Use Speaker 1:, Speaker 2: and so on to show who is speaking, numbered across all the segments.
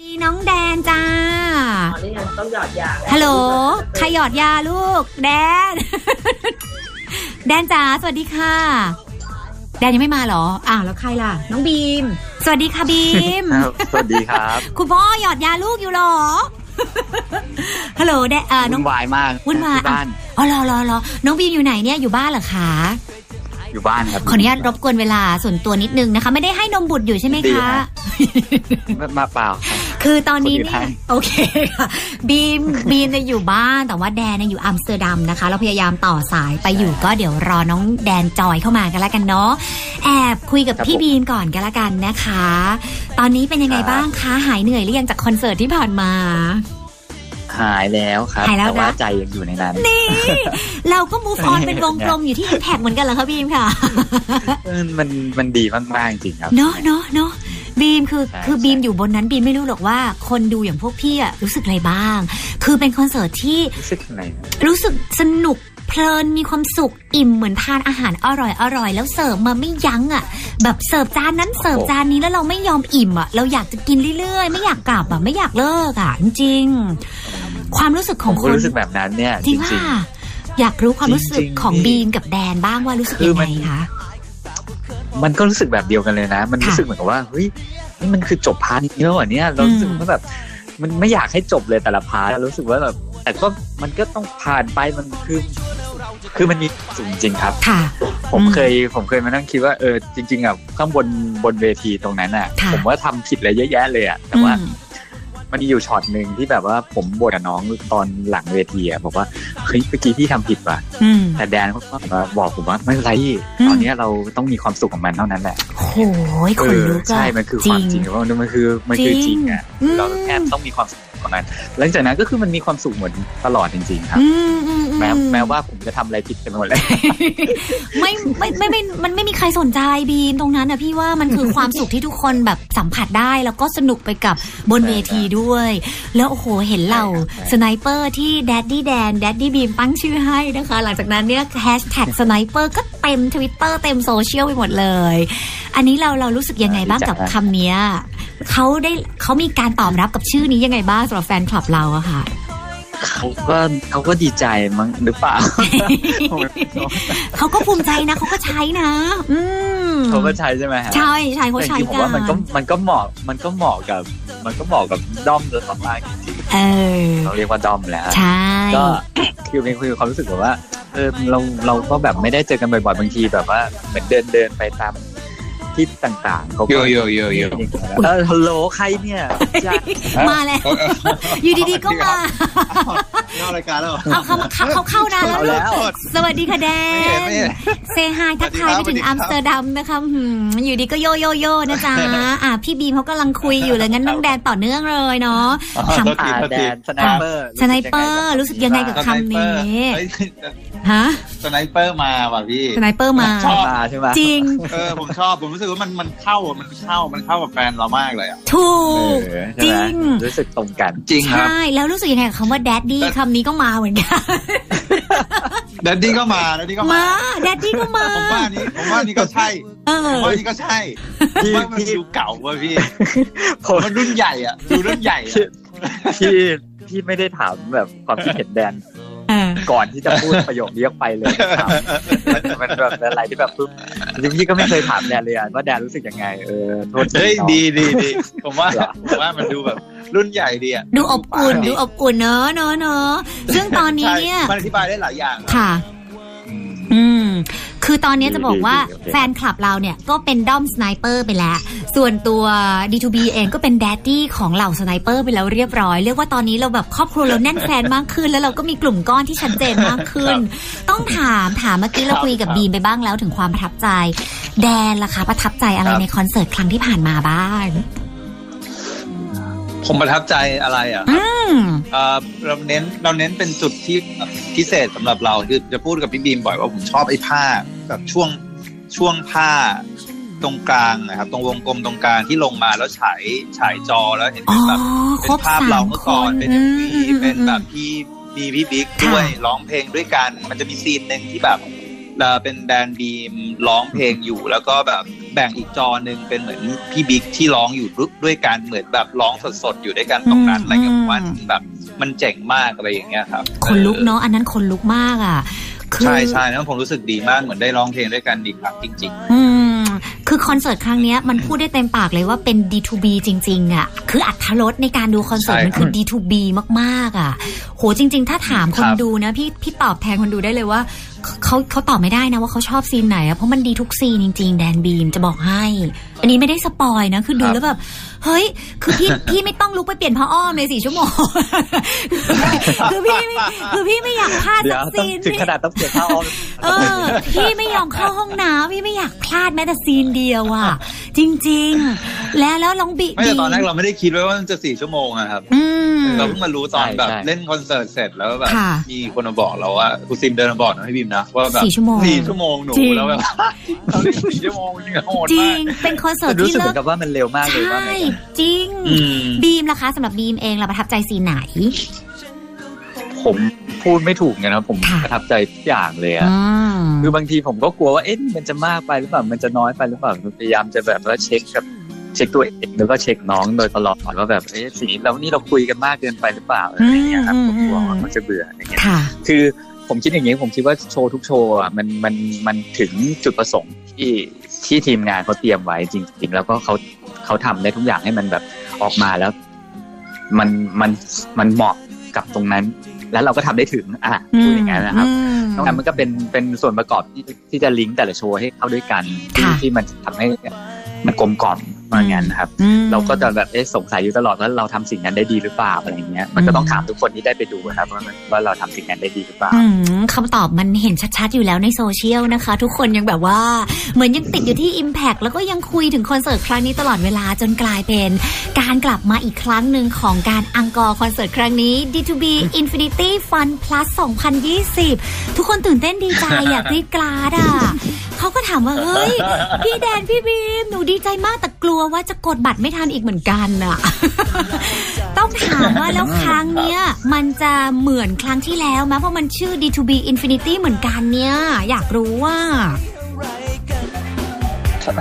Speaker 1: ดีน้องแดนจ้า
Speaker 2: ตอนนี้ยังต้องหยอดยาแว
Speaker 1: ฮัลโหล ใครหยอดยาลูก แดน แดนจ๋า สวัสดีค่ะ แดนยังไม่มาเหรอ อ้าวแล้วใครล่ะ น้องบีม สวัสดีค่ะบี ม
Speaker 3: ครับสวัสดีครับ
Speaker 1: คุณพ่อหยอดยาลูกอยู่เหร อ ฮัลโหลแดนเอ่อน้
Speaker 3: วุ่
Speaker 1: อง
Speaker 3: นวายมาก
Speaker 1: วุ่นวาย
Speaker 3: ที่บ้าน
Speaker 1: อ๋อรอรอรอน้องบีมอยู่ไหนเนี่ย อยู่บ้านเหรอคะ
Speaker 3: อยู่บ้านครับ
Speaker 1: ขออนุญาตรบกวนเวลาส่วนตัวนิดนึงนะคะ ไม่ได้ให้นมบุตรอยู่ใช่ไหมคะ
Speaker 3: ไม่มาเปล่าครับ
Speaker 1: คือตอนนี้เนี่ย
Speaker 3: คนอื่นให้
Speaker 1: โอเคค่ะ บีมบีมเนี่ยอยู่บ้านแต่ว่าแดนเนี่ยอยู่อัมสเตอร์ดัมนะคะ เราพยายามต่อสายไปอยู่ก็เดี๋ยวรอน้องแดนจอยเข้ามากันแล้วกันเนาะแอบคุยกับพี่บีมก่อนกันละกันนะคะ ตอนนี้เป็นยังไงบ้างคะหายเหนื่อยหรือยังจากคอนเสิร์ตที่ผ่านมา
Speaker 3: หายแล้วครับ
Speaker 1: หายแล้วนะ
Speaker 3: แต่ว่าใจยังอยู่ในนั้น
Speaker 1: เราก็มูฟออนเป็นวงกลมอยู่ที่อิมแพกเหมือนกันเหรอคะบีมค่ะ
Speaker 3: มันมันดีมากๆจริงๆครับ
Speaker 1: เนาะเนาะเนาะบีมคือ
Speaker 3: ใช่
Speaker 1: คือ
Speaker 3: ใช่
Speaker 1: บีมอยู่บนนั้นบีมไม่รู้หรอกว่าคนดูอย่างพวกพี่อะรู้สึกอะไรบ้าง คือเป็นคอนเสิร์ตที่
Speaker 3: รู้สึกอะไรนะ
Speaker 1: รู้สึกสนุกเพลินมีความสุขอิ่มเหมือนทานอาหารอร่อยอร่อยแล้วเสิร์ฟมาไม่ยั้งอ่ะ แบบเสิร์ฟจานนั้นเสิร์ฟจานนี้แล้วเราไม่ยอมอิ่มอ่ะ เราอยากจะกินเรื่อยๆ ไม่อยากกลับอ่ะไม่อยากเลิกอ่ะจริงๆความรู้สึกข
Speaker 3: ผ
Speaker 1: อง
Speaker 3: ม
Speaker 1: ค
Speaker 3: ก็
Speaker 1: น
Speaker 3: รู้สึกแบบนั้นเนี่ย
Speaker 1: จ
Speaker 3: จ
Speaker 1: ริงว่า
Speaker 3: ริง
Speaker 1: อยากรู้ความรู้สึ
Speaker 3: จริ
Speaker 1: ก
Speaker 3: ง
Speaker 1: ข
Speaker 3: ๆ
Speaker 1: อง
Speaker 3: นี่
Speaker 1: บีมกับแดนบ้างว่ารู้สึก
Speaker 3: คื
Speaker 1: ยั
Speaker 3: อง มั
Speaker 1: ไง
Speaker 3: น
Speaker 1: คะ
Speaker 3: ๆมันก็รู้สึกแบบเดียวกันเลยนะ มันรู้สึกเหมือนกับว่าเฮ้ยนี่มันคือจบพาร์ทนี้แล้วเหรอเนี่ยเรารู้สึก
Speaker 1: อืม
Speaker 3: ว่าแบบ มันไม่อยากให้จบเลยแต่ละพาร์ทรู้สึกว่าแบบแต่ก็มันก็ต้องผ่านไปมันคือ คือมันมีสุขจริงๆครับ
Speaker 1: ค่ะ
Speaker 3: ผม
Speaker 1: อืม
Speaker 3: เคยผมเคยมานั่งคิดว่าเออจริง ๆอ่ะข้างบนบนเวทีตรงนั้นอ่ะ
Speaker 1: ค่ะ
Speaker 3: ผมว่าทำผิดอะไรเยอะแยะเลยอ่ะแต่ว่า
Speaker 1: อืม
Speaker 3: มันมีอยู่ช็อตหนึ่งที่แบบว่าผมบ่นกับน้องตอนหลังเวทีอ่ะบอกว่าเฮ้ยเมื่อกี้พี่ทำผิดว่ะ
Speaker 1: อืม
Speaker 3: แต่แดนเขาก็มาบอกผมว่าไม่เป็นไรพี่
Speaker 1: อืม
Speaker 3: ตอนเนี้ยเราต้องมีความสุขกับมันเท่านั้นแหละ
Speaker 1: โอ้ยข
Speaker 3: เอน อ
Speaker 1: ลุกอะ
Speaker 3: ใช่มันคือความจริงว่ามันคือมันคือ
Speaker 1: จริ
Speaker 3: จริ
Speaker 1: ง
Speaker 3: งอ่ะ
Speaker 1: อืม
Speaker 3: เราแค่ต้องมีความสุขกับมันหลังจากนั้นก็คือมันมีความสุขเหมือนตลอดจริง ๆ ครับ
Speaker 1: อืมอืมอืม
Speaker 3: แม้แม้ว่าผมจะทำอะไรผิดไปหมดเลย
Speaker 1: ไม่ไม่ไม่ไม่มันไม่มีใครสนใจบีมตรงนั้นนะพี่ว่ามันคือ ความสุขที่ทุกคนแบบสัมผัสได้แล้วก็สนุกไปกับบนเวทีด้วย แล้วโอ้โหเห็นเหล่าสไนเปอร์ที่แดดดี้แดนแดดดี้บีมตั้งชื่อให้นะคะ หลังจากนั้นเนี่ยแฮชแท็กสไนเปอร์ก็เต็มทวิตเตอร์เต็มโซเชียลไปหมดเลย อันนี้เราเรารู้สึกยังไงบ้างกับคำเนี้ยเขาได้เขามีการตอบรับกับชื่อนี้ยังไงบ้างสำหรับแฟนคลับเราอะค่ะ
Speaker 3: เขาก็เขาก็ดีใจมั้งหรือเปล่า
Speaker 1: เขาก็ภูมิใจนะเขาก็ใช้นะ อืม
Speaker 3: เขาก็ใช้ใช่ไหมฮะ
Speaker 1: ใช่ใช่เขาใช้
Speaker 3: แต่จริงๆผม
Speaker 1: กั
Speaker 3: ว่ามัน
Speaker 1: น
Speaker 3: ก็มันก็เหมาะมันก็เหมาะกับ มันก็เหมาะกับด้อมเลยมากๆจริง
Speaker 1: เออ
Speaker 3: ๆเราเรียกว่าด้อมแหล้ว
Speaker 1: ใช่
Speaker 3: ก็ คือเป็นคือความรู้สึกแบบว่าเออเราเราก็แบบไม่ได้เจอกันบ่อยๆบางทีแบบว่าเหมือนเดินเดินไปตามที่ต่างๆเขาก็
Speaker 4: Yo, yo, yo, yo.
Speaker 3: เออฮัลโหลใครเนี่ยอยาก
Speaker 1: มาแล้ว อยู่ดีๆก็มา
Speaker 4: นอกรายการแล้วเหรอ
Speaker 1: เอาเขามาเข้าเขาเข้านาน
Speaker 3: เอา
Speaker 1: แล้ว
Speaker 3: แล้ว
Speaker 1: ลูกสวัสดีค่ะแด
Speaker 4: ไม่เห็น
Speaker 1: น
Speaker 4: ไม่เห็น
Speaker 1: เซฮายทักทายไปถึง
Speaker 4: สวัสดีครับ
Speaker 1: อัมสเตอร์ดัมนะคะหืมอยู่ดีก็โยโยโยนะ จ๊ะอ่ะพี่บีมเขากำลังคุยอยู่เลยงั้นน้องแดนต่อเนื่องเลยเนาะถาม
Speaker 4: โทษที
Speaker 3: อ่า
Speaker 4: โทษ
Speaker 3: แด
Speaker 4: ที
Speaker 3: นสไนเปอร์
Speaker 1: สไนเปอร์รู้สึกยังไงกับ
Speaker 4: สไน
Speaker 1: คำ
Speaker 4: เปอร์
Speaker 1: นี้
Speaker 4: เฮ้ย
Speaker 1: ฮะ
Speaker 4: สไนเปอร์มาว่ะพี่
Speaker 1: สไนเปอร์มา
Speaker 4: ชอบ
Speaker 3: มาใช่ไหม
Speaker 1: จริง
Speaker 4: เออผมชอบผมรู้สึกว่ามันมันเข้าอ่ะมันเข้ามันเข้ากับแฟนเรามากเลยอ่ะ
Speaker 1: ถูก
Speaker 3: เออ
Speaker 1: จ
Speaker 3: ใช่ไหม
Speaker 1: ริง
Speaker 3: รู้สึกตรงกัน
Speaker 4: จริงครับ
Speaker 1: ใช่ แล้วรู้สึกยังไงกับคำว่าแดดดี้
Speaker 4: แต่
Speaker 1: คำนี้ก็มาเหมือนกัน
Speaker 4: แดดดี้ก็มาแดดดี้ก็
Speaker 1: มาแดดดี้ก็มา
Speaker 4: ผมว่านี่ผมว่านี่ก็ใช่
Speaker 1: เอ
Speaker 4: ผ
Speaker 1: อ
Speaker 4: มว่านี่ก็ใช่
Speaker 3: พี่
Speaker 4: ผมว่ามัน
Speaker 3: พี่
Speaker 4: ดูเก่าว่ะพี่
Speaker 3: ผม
Speaker 4: มันรุ่นใหญ่อ่ะดูรุ่นใหญ่
Speaker 3: พี่
Speaker 4: อะ
Speaker 3: พี่พี่ไม่ได้ถามแบบความคิดเห็นแดน
Speaker 1: เออ
Speaker 3: ก่อนที่จะพูดประโยคนี้ออกไปเลย นะครับมันมันแบบเป็นอะไรที่แบบปุ๊บจริงๆพี่ก็ไม่เคยถามแดนเลยอะว่าแดนรู้สึกยังไงเออโทษที
Speaker 4: เฮ้ย
Speaker 3: น้อง
Speaker 4: ดีดีดีผมว่า
Speaker 3: เหรอ
Speaker 4: ผมว่ามันดูแบบ รุ่นใหญ่ดีอ่ะ
Speaker 1: ดูอบอุ่นดูอบอุ่นเนอะเนอะเนอะซึ่งตอนนี้
Speaker 4: ใช่
Speaker 1: เนี่ย
Speaker 4: มันอธิบายได้หลายอย่างอะ
Speaker 1: ค่ะ
Speaker 4: อืม
Speaker 1: อืม คือตอนเนี้ยจะบอกว่า
Speaker 3: ดีๆดีๆ
Speaker 1: แฟนคลับเราเนี่ยก็เป็นด้อมสไนเปอร์ไปแล้ว ส่วนตัว D2B เองก็เป็นแดดดี้ของเหล่าสไนเปอร์ไปแล้วเรียบร้อย เรียกว่าตอนนี้เราแบบครอบครัวเราแน่นแฟนมากขึ้น แล้วเราก็มีกลุ่มก้อนที่ชัดเจนมากขึ้น ต้องถามถามเมื่อกี้เราคุยกับ
Speaker 4: ครับ
Speaker 1: บีมไปบ้างแล้วถึงความประทับใจ แดนล่ะคะประทับใจอะไรในคอนเสิร์ตครั้งที่ผ่านมาบ้าง
Speaker 4: ผมประทับใจอะไรอ่ะ
Speaker 1: อืม
Speaker 4: เอ่อเราเน้นเราเน้นเป็นจุดที่พิเศษสำหรับเราคือจะพูดกับพี่บีมบ่อยว่าผมชอบไอ้ผ้าแบบช่วงช่วงผ้าตรงกลางนะครับ ตรงวงกลมตรงกลางที่ลงมาแล้วฉายฉายจอแล้วเห็น
Speaker 1: อ๋
Speaker 4: เป็น
Speaker 1: อ
Speaker 4: แบบ
Speaker 1: ค
Speaker 4: เป็
Speaker 1: ร
Speaker 4: น
Speaker 1: บ
Speaker 4: ภาพ
Speaker 1: สา
Speaker 4: เรา
Speaker 1: ม
Speaker 4: เมื่อ
Speaker 1: ค
Speaker 4: ก่อน
Speaker 1: น
Speaker 4: เป็น
Speaker 1: อื
Speaker 4: เอ็
Speaker 1: มอืมอืม
Speaker 4: เป็นแบบ
Speaker 1: อืม
Speaker 4: พี่บีพี่บิ๊ก
Speaker 1: ค่ะ
Speaker 4: ด้วยร้องเพลงด้วยกัน มันจะมีซีนหนึ่งที่แบบเอ่อเป็นแดนบีมร้องเพลงอยู่ แล้วก็แบบแ แบ่งอีกจอหนึ่งเป็นเหมือนพี่บิ๊กที่ร้องอยู่ด้วยกันเหมือนแบบร้องสดๆอยู่ด้วยกันตรงนั้น
Speaker 1: อืม
Speaker 4: อะไรเงี้ย
Speaker 1: อืม
Speaker 4: ผมว่าแบบมันเจ๋งมากอะไรอย่างเงี้ยครับ
Speaker 1: คนลุก
Speaker 4: อ
Speaker 1: เนาะอันนั้นคนลุกมากอ่ะ
Speaker 4: อใช่ใช่แล้วผมรู้สึกดีมากเหมือนได้ร้องเพลงด้วยกันอีกครั้งจริง
Speaker 1: อืมคือคอนเสิร์ตครั้งเนี้ยมันพูดได้เต็มปากเลยว่าเป็น D2B จริง ๆอ่ะคืออัตรสในการดูคอนเสิร์ต
Speaker 4: ใช่
Speaker 1: มันคือ
Speaker 4: ครับ
Speaker 1: D2B มากๆอ่ะ โหจริง ๆ ถ้าถามค
Speaker 4: ครั
Speaker 1: น
Speaker 4: บ
Speaker 1: ดูนะพี่พี่ตอบแทนคนดูได้เลยว่าเขาเขาตอบไม่ได้นะว่าเขาชอบซีนไหนอะเพราะมันดีทุกซีนจริง ๆ แดนบีมจะบอกให้ อันนี้ไม่ได้สปอยนะคือดูแล้วแบบเฮ้ย คือพี่ พี่ไม่ต้องลุกไปเปลี่ยนผ้าอ้อมเลยสี่ชั่วโมง คือพี่ไม่คือพี่ไม่อยากพลาด
Speaker 3: เดี๋ย
Speaker 1: สั
Speaker 3: ว
Speaker 1: ก
Speaker 3: ต้อง
Speaker 1: ซีน
Speaker 3: ถึง
Speaker 1: พี่
Speaker 3: ขนาดต้องเสียข้าวอ้อม
Speaker 1: เออพี่ไม่ยอมเข้าห้องน้ำพี่ไม่อยากพลาดแม้แต่ซีนเดียว อ่ะ จริงๆ แล้วแล้วน้องบิ
Speaker 4: ๆ ไม่แต่ตอนแรกเราไม่ได้คิดไว้ว่ามันจะสี่ชั่วโมงอะครับ
Speaker 1: อืม
Speaker 4: เราเพิ่งมารู้ตอน
Speaker 3: ใช่
Speaker 4: แบบ
Speaker 3: ใช่
Speaker 4: เล่นคอนเสิร์ตเสร็จแล้วแบบ
Speaker 1: ค่ะ
Speaker 4: มีคนมาบอกเราว่าคุณซิมเดินมาบอกนะให้บีมนะว่าแบบ
Speaker 1: สี่ชั่วโมง
Speaker 4: สี่ชั่วโมงหนู
Speaker 1: จริง
Speaker 4: แล้วแบบ เราเล่นสี่ชั่วโมงนี่โหด
Speaker 1: จริ
Speaker 4: มาก
Speaker 1: งเป็นคอนเสิร์ต
Speaker 3: รู้
Speaker 1: ที่
Speaker 3: สึกเห
Speaker 1: เลิ
Speaker 3: มื
Speaker 1: ก
Speaker 3: อนกับว่ามันเร็วมากเลยว่า
Speaker 1: ใช่
Speaker 3: ไง
Speaker 1: จริง
Speaker 4: อืม
Speaker 1: บีมล่ะคะสำหรับบีมเองเราประทับใจซีนไหน
Speaker 3: ผมพูดไม่ถูกไงนะครับผม
Speaker 1: ค่ะ
Speaker 3: ประทับใจทุกอย่างเลยอะ
Speaker 1: อืม
Speaker 3: คือบางทีผมก็กลัวว่าเอ๊ะมันจะมากไปหรือเปล่ามันจะน้อยไปหรือเปล่าพยายามจะแบบว่าเช็คกับเช็คตัวเองแล้วก็เช็คน้องโดยตลอดว่าแบบเอ๊ะสิ่งนี้เรานี่เราคุยกันมากเกินไปหรือเปล่าอะไรอย่างเงี้ยครับ
Speaker 1: อืม
Speaker 3: ผมกลัว
Speaker 1: อืม
Speaker 3: ว่าเขาจะเบื่ออย่างเงี้ย
Speaker 1: ค่ะ
Speaker 3: คือผมคิดอย่างนี้ผมคิดว่าโชว์ทุกโชว์อ่ะมันมันมันถึงจุดประสงค์ที่ที่ทีมงานเขาเตรียมไว้จริง ๆ แล้วก็เขาเขาทำได้ทุกอย่างให้มันแบบออกมาแล้ว มันมันมันเหมาะกับตรงนั้น แล้วเราก็ทำได้ถึงอ่ะพูดอย่างนั้นนะครับ นอกจากนั้นมันก็เป็นเป็นส่วนประกอบที่ที่จะลิงก์แต่ละโชว์ให้เข้าด้วยกันที่
Speaker 1: ค่ะ
Speaker 3: ที่มันทำให้มันกลมกล่อมมาอย่างนั้นนะครับ
Speaker 1: อืม
Speaker 3: เราก็จะแบบเอ๊ะสงสัยอยู่ตลอดว่าเราทำสิ่งนั้นได้ดีหรือเปล่าอะไรอย่างเงี้ยมันก็ต้องถามทุกคนที่ได้ไปดูนะครับว่ามันว่าเราทำสิ่งนั้นได้ดีหรือเปล่า
Speaker 1: อืมคำตอบมันเห็นชัดๆ อยู่แล้วในโซเชียลนะคะ ทุกคนยังแบบว่าเหมือนยังติดอยู่ที่ Impact แล้วก็ยังคุยถึงคอนเสิร์ตครั้งนี้ตลอดเวลาจนกลายเป็นการกลับมาอีกครั้งหนึ่งของการอังกอร์คอนเสิร์ตครั้งนี้ D2B Infinity Fun Plus 2020 ทุกคนตื่นเต้นดีใจอยากรีดกราดอ่ะ เขาก็ถามว่า เฮ้ย พี่แดนพี่บีม หนูดีใจมากแต่กลัวว่าจะกดบัตรไม่ทันอีกเหมือนกันอ่ะ ต้องถามว่าแล้วครั้งเนี้ย มันจะเหมือนครั้งที่แล้วไหมเพราะมันชื่อ D2B Infinity เหมือนกันเนี่ย อยากรู้ว่า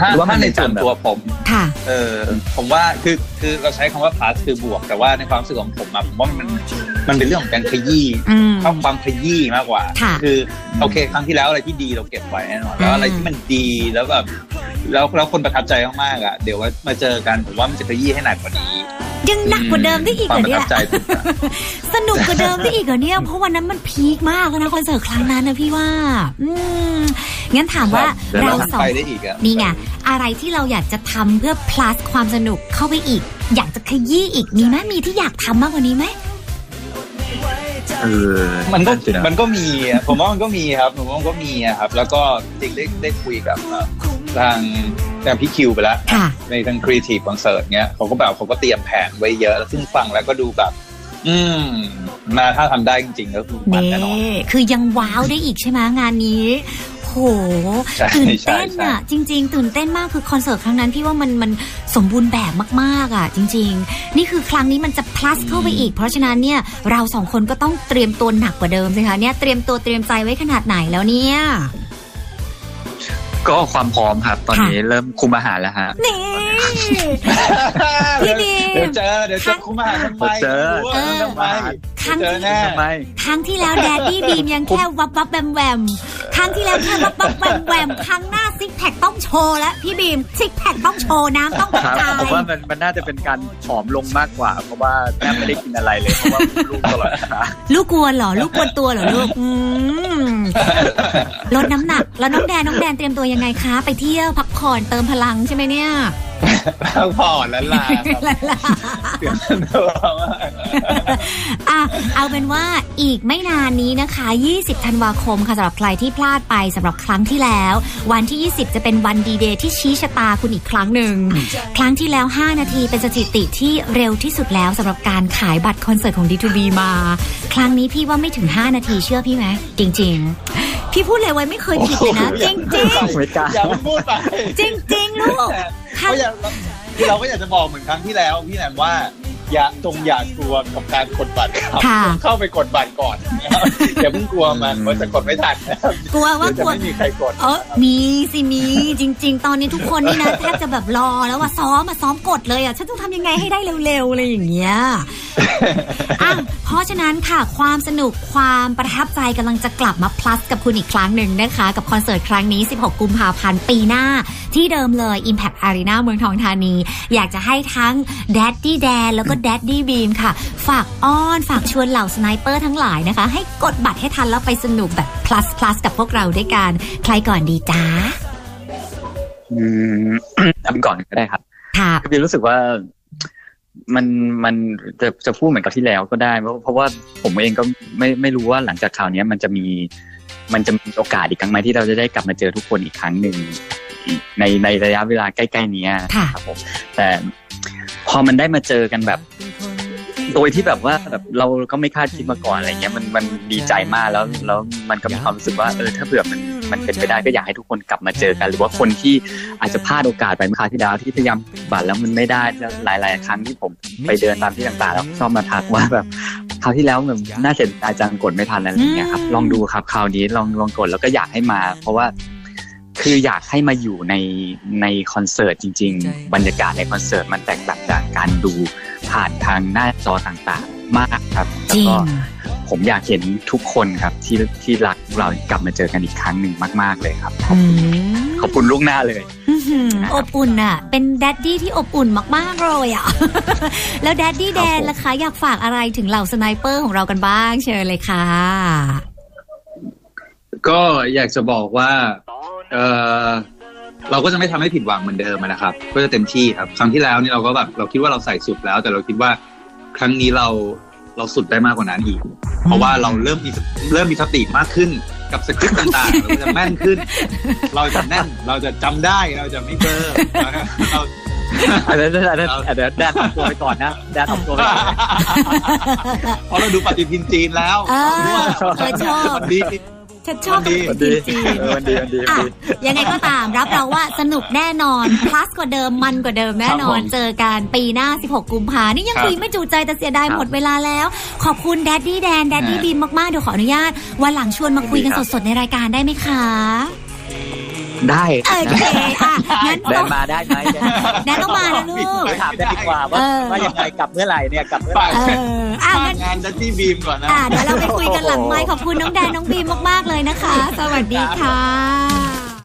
Speaker 4: ถ้า
Speaker 3: หรือว่ามั
Speaker 4: ถ้านในส่วน
Speaker 3: เป็นการแบบ
Speaker 4: ตัวผม
Speaker 1: ค่ะ
Speaker 4: เออผมว่าคือคือเราใช้คำว่า plus คือบวก แต่ว่าในความรู้สึกของผมอะผมว่ามันมันเป็นเรื่องของการขยี้
Speaker 1: อืม
Speaker 4: เข้าความขยี้มากกว่า
Speaker 1: ค่ะ
Speaker 4: คือโอเค ครั้งที่แล้วอะไรที่ดีเราเก็บไว้แน่นอนแล้ว
Speaker 1: อืม
Speaker 4: อะไรที่มันดีแล้วแบบแล้วแล้วคนประทับใจมากๆอ่ะเดี๋ยวว่ามาเจอกันผมว่ามันจะขยี้ให้หนักกว่านี้
Speaker 1: ยังหนักกว่าเดิมได้อีก
Speaker 4: ค
Speaker 1: เห
Speaker 4: วาร ม
Speaker 1: อ
Speaker 4: ประ
Speaker 1: เนี่
Speaker 4: ทั
Speaker 1: ย
Speaker 4: บใจผมอะ
Speaker 1: สนุกกว่าเดิมได้อีกเหรอเนี่ย เพราะวันนั้นมันพีคมากแล้วนะคอนเสิร์ตครั้งนั้นนะพี่ว่า อืม งั้นถามว่า
Speaker 4: ครับ
Speaker 1: เราสอง
Speaker 4: ไปได้อีกอะ
Speaker 1: นี่ไงอะไรที่เราอยากจะทำเพื่อ plus ความสนุกเข้าไปอีก อยากจะขยี้อีกมีไหมมีที่อยากทำมากกว่านี้ไหม
Speaker 3: เออ
Speaker 4: มันก็
Speaker 3: สิะ
Speaker 4: มันก็มีอะผมว่ามันก็มีครับผมว่ามันก็มีอะครับ แล้วก็จริงได้ได้คุยกับเอ่อทางทางพี่คิวไปแล้ว
Speaker 1: ค่ะ
Speaker 4: ในทางครีเอทีฟคอนเสิร์ตเนี้ยเขาก็แบบเขาก็เตรียมแผนไว้เยอะ แล้วซึ่งฟังแล้วก็ดูแบบ อืมมาถ้าทำได้จริงๆก็คือมัน
Speaker 1: นี่
Speaker 4: แน่นอน
Speaker 1: คือยังว้าวได้อีกใช่ไหมงานนี้ โห
Speaker 4: ใช่
Speaker 1: ตื่นเต้น
Speaker 4: ใช่
Speaker 1: อ่ะ จริง ๆ ตื่นเต้นมากคือคอนเสิร์ตครั้งนั้นพี่ว่ามันมันสมบูรณ์แบบมากๆอ่ะ จริง ๆ นี่คือครั้งนี้มันจะ plus เข้าไปอีก เพราะฉะนั้นเนี่ยเราสองคนก็ต้องเตรียมตัวหนักกว่าเดิมสิคะเนี่ยเตรียมตัวเตรียมใจไว้ขนาดไหนแล้วเนี่ย
Speaker 3: ก็ความพร้อมครับตอน
Speaker 1: ค่ะ
Speaker 3: นี้เริ่มคุมอาหารแล้วฮะ
Speaker 1: นี่ พี่บีม
Speaker 4: เดี๋ยวเจอเดี๋ยวเจอคุ้มอาหารทำไม
Speaker 3: เจอ
Speaker 4: รู้ว่าทำไม
Speaker 1: ครั้ง
Speaker 4: เจอ
Speaker 1: ที่
Speaker 4: แน่
Speaker 3: ทำไม
Speaker 1: ครั้งที่แล้วแดดดี้บีมยังแค่วับวับแวมแวมครั้งที่แล้วแค่วับวับแวมแวมครั้งหน้าซิกแพคต้องโชว์แล้วพี่บีมซิกแพคต้องโชว์น้ำต้องก
Speaker 3: ค
Speaker 1: ระ
Speaker 3: รับ
Speaker 1: จาย
Speaker 3: ผมว่ามันมันน่าจะเป็นการผอมลงมากกว่า เพราะว่าแม่ไม่ได้กินอะไรเลยเพราะว่าลูกตลอดเวลา
Speaker 1: ลูกกวนเหรอ ลูกกวนตัวเหรอลูกอืมลดน้ำหนัก แล้วน้องแดนน้องแดนเตรียมตัวยังไงคะ ไปเที่ยวพักผ่อนเติมพลังใช่ไหมเนี่ย
Speaker 4: พักผ่อนแล้วล่ะครับ
Speaker 1: ละละอ่ะเอาเป็นว่าอีกไม่นานนี้นะคะ 20 ธันวาคมค่ะสำหรับใครที่พลาดไปสำหรับครั้งที่แล้ว วันที่ 20 จะเป็นวันดีเดย์ที่ชี้ชะตาคุณอีกครั้งหนึ่ง ครั้งที่แล้ว 5 นาทีเป็นสถิติที่เร็วที่สุดแล้วสำหรับการขายบัตรคอนเสิร์ตของ D2B มา ครั้งนี้พี่ว่าไม่ถึง 5 นาทีเชื่อพี่ไหมจริง ๆ พี่พูดเลยไว้ไม่เคยผิดเลยนะ จริงจริง
Speaker 3: ไม่กล้า
Speaker 4: อย่าพูดไป
Speaker 1: จริงจริงๆลูก
Speaker 4: แต่
Speaker 1: ครั้ง
Speaker 4: ก็อยากเราก็อยากจะบอกเหมือนครั้งที่แล้วพี่แนนว่า
Speaker 5: อย่าจงอย่ากลัวกับการกดบัตรครับ
Speaker 1: ค่ะ
Speaker 5: เข้าไปกดบัตรก่อนนะครับอย่าเพิ่งกลัวมันเพราะจะกดไม่ทันนะครับ
Speaker 1: กลัวว่า
Speaker 5: เดี๋ยว
Speaker 1: ก
Speaker 5: จะ
Speaker 1: ลัว
Speaker 5: ไม่มีใครกด
Speaker 1: เออมีสิมีจริง ๆ ตอนนี้ทุกคนนี่นะ แทบจะแบบรอแล้วว่าซ้อมมาซ้อมกดเลยอ่ะฉันต้องทำยังไงให้ได้เร็วๆอะไรอย่างเงี้ยอ่ะเพราะฉะนั้นค่ะความสนุกความประทับใจกำลังจะกลับมา plus กับคุณอีกครั้งหนึ่งนะคะ กับคอนเสิร์ตครั้งนี้ 16 กุมภาพันธ์ปีหน้า ที่เดิมเลย Impact Arena เมืองทองธานี อยากจะให้ทั้ง d a d d y Dan แล้วก็ d a d d y Beam ค่ะ ฝากอ้อน ฝากชวนเหล่าสไนเปอร์ทั้งหลายนะคะ ให้กดบัตรให้ทันแล้วไปสนุกแบบ plus plus กับพวกเราด้วยกัน ใครก่อนดีจ้า
Speaker 3: อืม ทำก่อนก็ได้ครับ
Speaker 1: ค่ะ
Speaker 3: คือบีรู้สึกว่ามันมันจะจะพูดเหมือนกับที่แล้วก็ได้ เพราะเพราะว่าผมเองก็ไม่ไม่รู้ว่าหลังจากข่าวเนี้ยมันจะมีมันจะมีโอกาสอีกครั้งไหมที่เราจะได้กลับมาเจอทุกคนอีกครั้งหนึ่งในในระยะเวลาใกล้ๆเนี้ย
Speaker 1: ค่ะ
Speaker 3: ครับผมแต่พอมันได้มาเจอกันแบบ โดยที่แบบว่าแบบเราก็ไม่คาดคิดมาก่อนอะไรเงี้ยมันมันดีใจมากแล้วแล้วมันก็มีความรู้สึกว่าเออถ้าเผื่อมันมันเป็นไปได้ก็อยากให้ทุกคนกลับมาเจอกัน หรือว่าคนที่อาจจะพลาดโอกาสไปเมื่อคราวที่แล้วที่พยายามบัตรแล้วมันไม่ได้แล้วหลาย ๆ ครั้งที่ผมไปเดินตามที่ต่างๆแล้วชอบมาทักว่าแบบคราวที่แล้วแบบน่าเสียดายจังกดไม่ทันอะไรเงี้ยครับ
Speaker 1: อืม
Speaker 3: ลองดูครับคราวนี้ลองลองกดแล้วก็อยากให้มา เพราะว่าคืออยากให้มาอยู่ในในคอนเสิร์ตจริง ๆ บรรยากาศในคอนเสิร์ตมันแตกต่างจากการดู ผ่านทางหน้าจอต่างๆ มากครับ
Speaker 1: จ
Speaker 3: แล้ว
Speaker 1: ริง
Speaker 3: ก็ผมอยากเห็นทุกคนครับที่ที่รักเรากลับมาเจอกันอีกครั้งหนึ่งมาก ๆ เลยครับ
Speaker 1: อืม
Speaker 3: ขอบคุณล่วงหน้าเลย
Speaker 1: อื้อหืออบอุ่นอ่ะ เป็นแดดดี้ที่อบอุ่นมากๆเลยอ่ะ แล้วแดดดี้แดนล่ะคะ อยากฝากอะไรถึงเหล่าสไนเปอร์ของเรากันบ้างเชิญเลยค่ะ
Speaker 4: ก็อยากจะบอกว่า เออเราก็จะไม่ทำให้ผิดหวังเหมือนเดิมอะนะครับ ก็จะเต็มที่ครับครั้งที่แล้วเนี่ยเราก็แบบเราคิดว่าเราใส่สุดแล้ว แต่เราคิดว่าครั้งนี้เราเราสุดได้มากกว่านั้นอีก เพราะว่าเราเริ่มมีเริ่มมีสติมากขึ้นกับสคริปต์ต่างๆเราจะแม่นขึ้น เราจะแน่นเราจะจำได้เราจะไม่เบลอ เรา
Speaker 3: อันนั้นอันนั้นอันนั้นแดนทำตัวไปก่อนนะแดนทำตัวไปก่อน
Speaker 4: เพราะเราดูปฏิทินจีนแล้ว
Speaker 1: เออเออชอบ
Speaker 4: วันดี
Speaker 1: ฉันชอบ
Speaker 4: วันดี
Speaker 1: จริงจริงๆ
Speaker 3: วันดีวันดีวัน
Speaker 1: อ่ะ
Speaker 3: ดี
Speaker 1: ยังไงก็ตามรับเราว่าสนุกแน่นอน พลัสกว่าเดิมมันกว่าเดิมแน่นอน
Speaker 4: ครับผม
Speaker 1: เจอกันปีหน้า 16 กุมภานี่ยัง
Speaker 4: ครับ
Speaker 1: คุยไม่จูใจแต่เสียดาย
Speaker 3: ครับ
Speaker 1: หมดเวลาแล้ว ขอบคุณแดดดี้แดนแดดดี้บีมมากๆ เดี๋ยวขออนุญาต วันหลังชวนมาคุยกันสดๆ ในรายการได้ไหมคะ
Speaker 3: ได้
Speaker 1: โอเคอ่ะงั้น
Speaker 3: แด
Speaker 1: ต้อน ง
Speaker 3: มาได้ไหม
Speaker 1: แดนต้องมาแล้วลูก
Speaker 3: ไปถามได้ดีกว่าว่า
Speaker 1: เออ
Speaker 3: ว่ายังไงกลับเมื่อไหร่เนี่ยกลับเมื่อไหร่
Speaker 4: ฝาก
Speaker 1: เอออ่ะ
Speaker 4: ฝาก
Speaker 1: งั้น
Speaker 4: งานดัตตี้บีมก่อนนะ
Speaker 1: อ่ะเดี๋ยวเราไปคุยกันหลังไมค์ขอบคุณน้องแดนน้องบีมมากๆเลยนะคะ สวัสดีค่ะ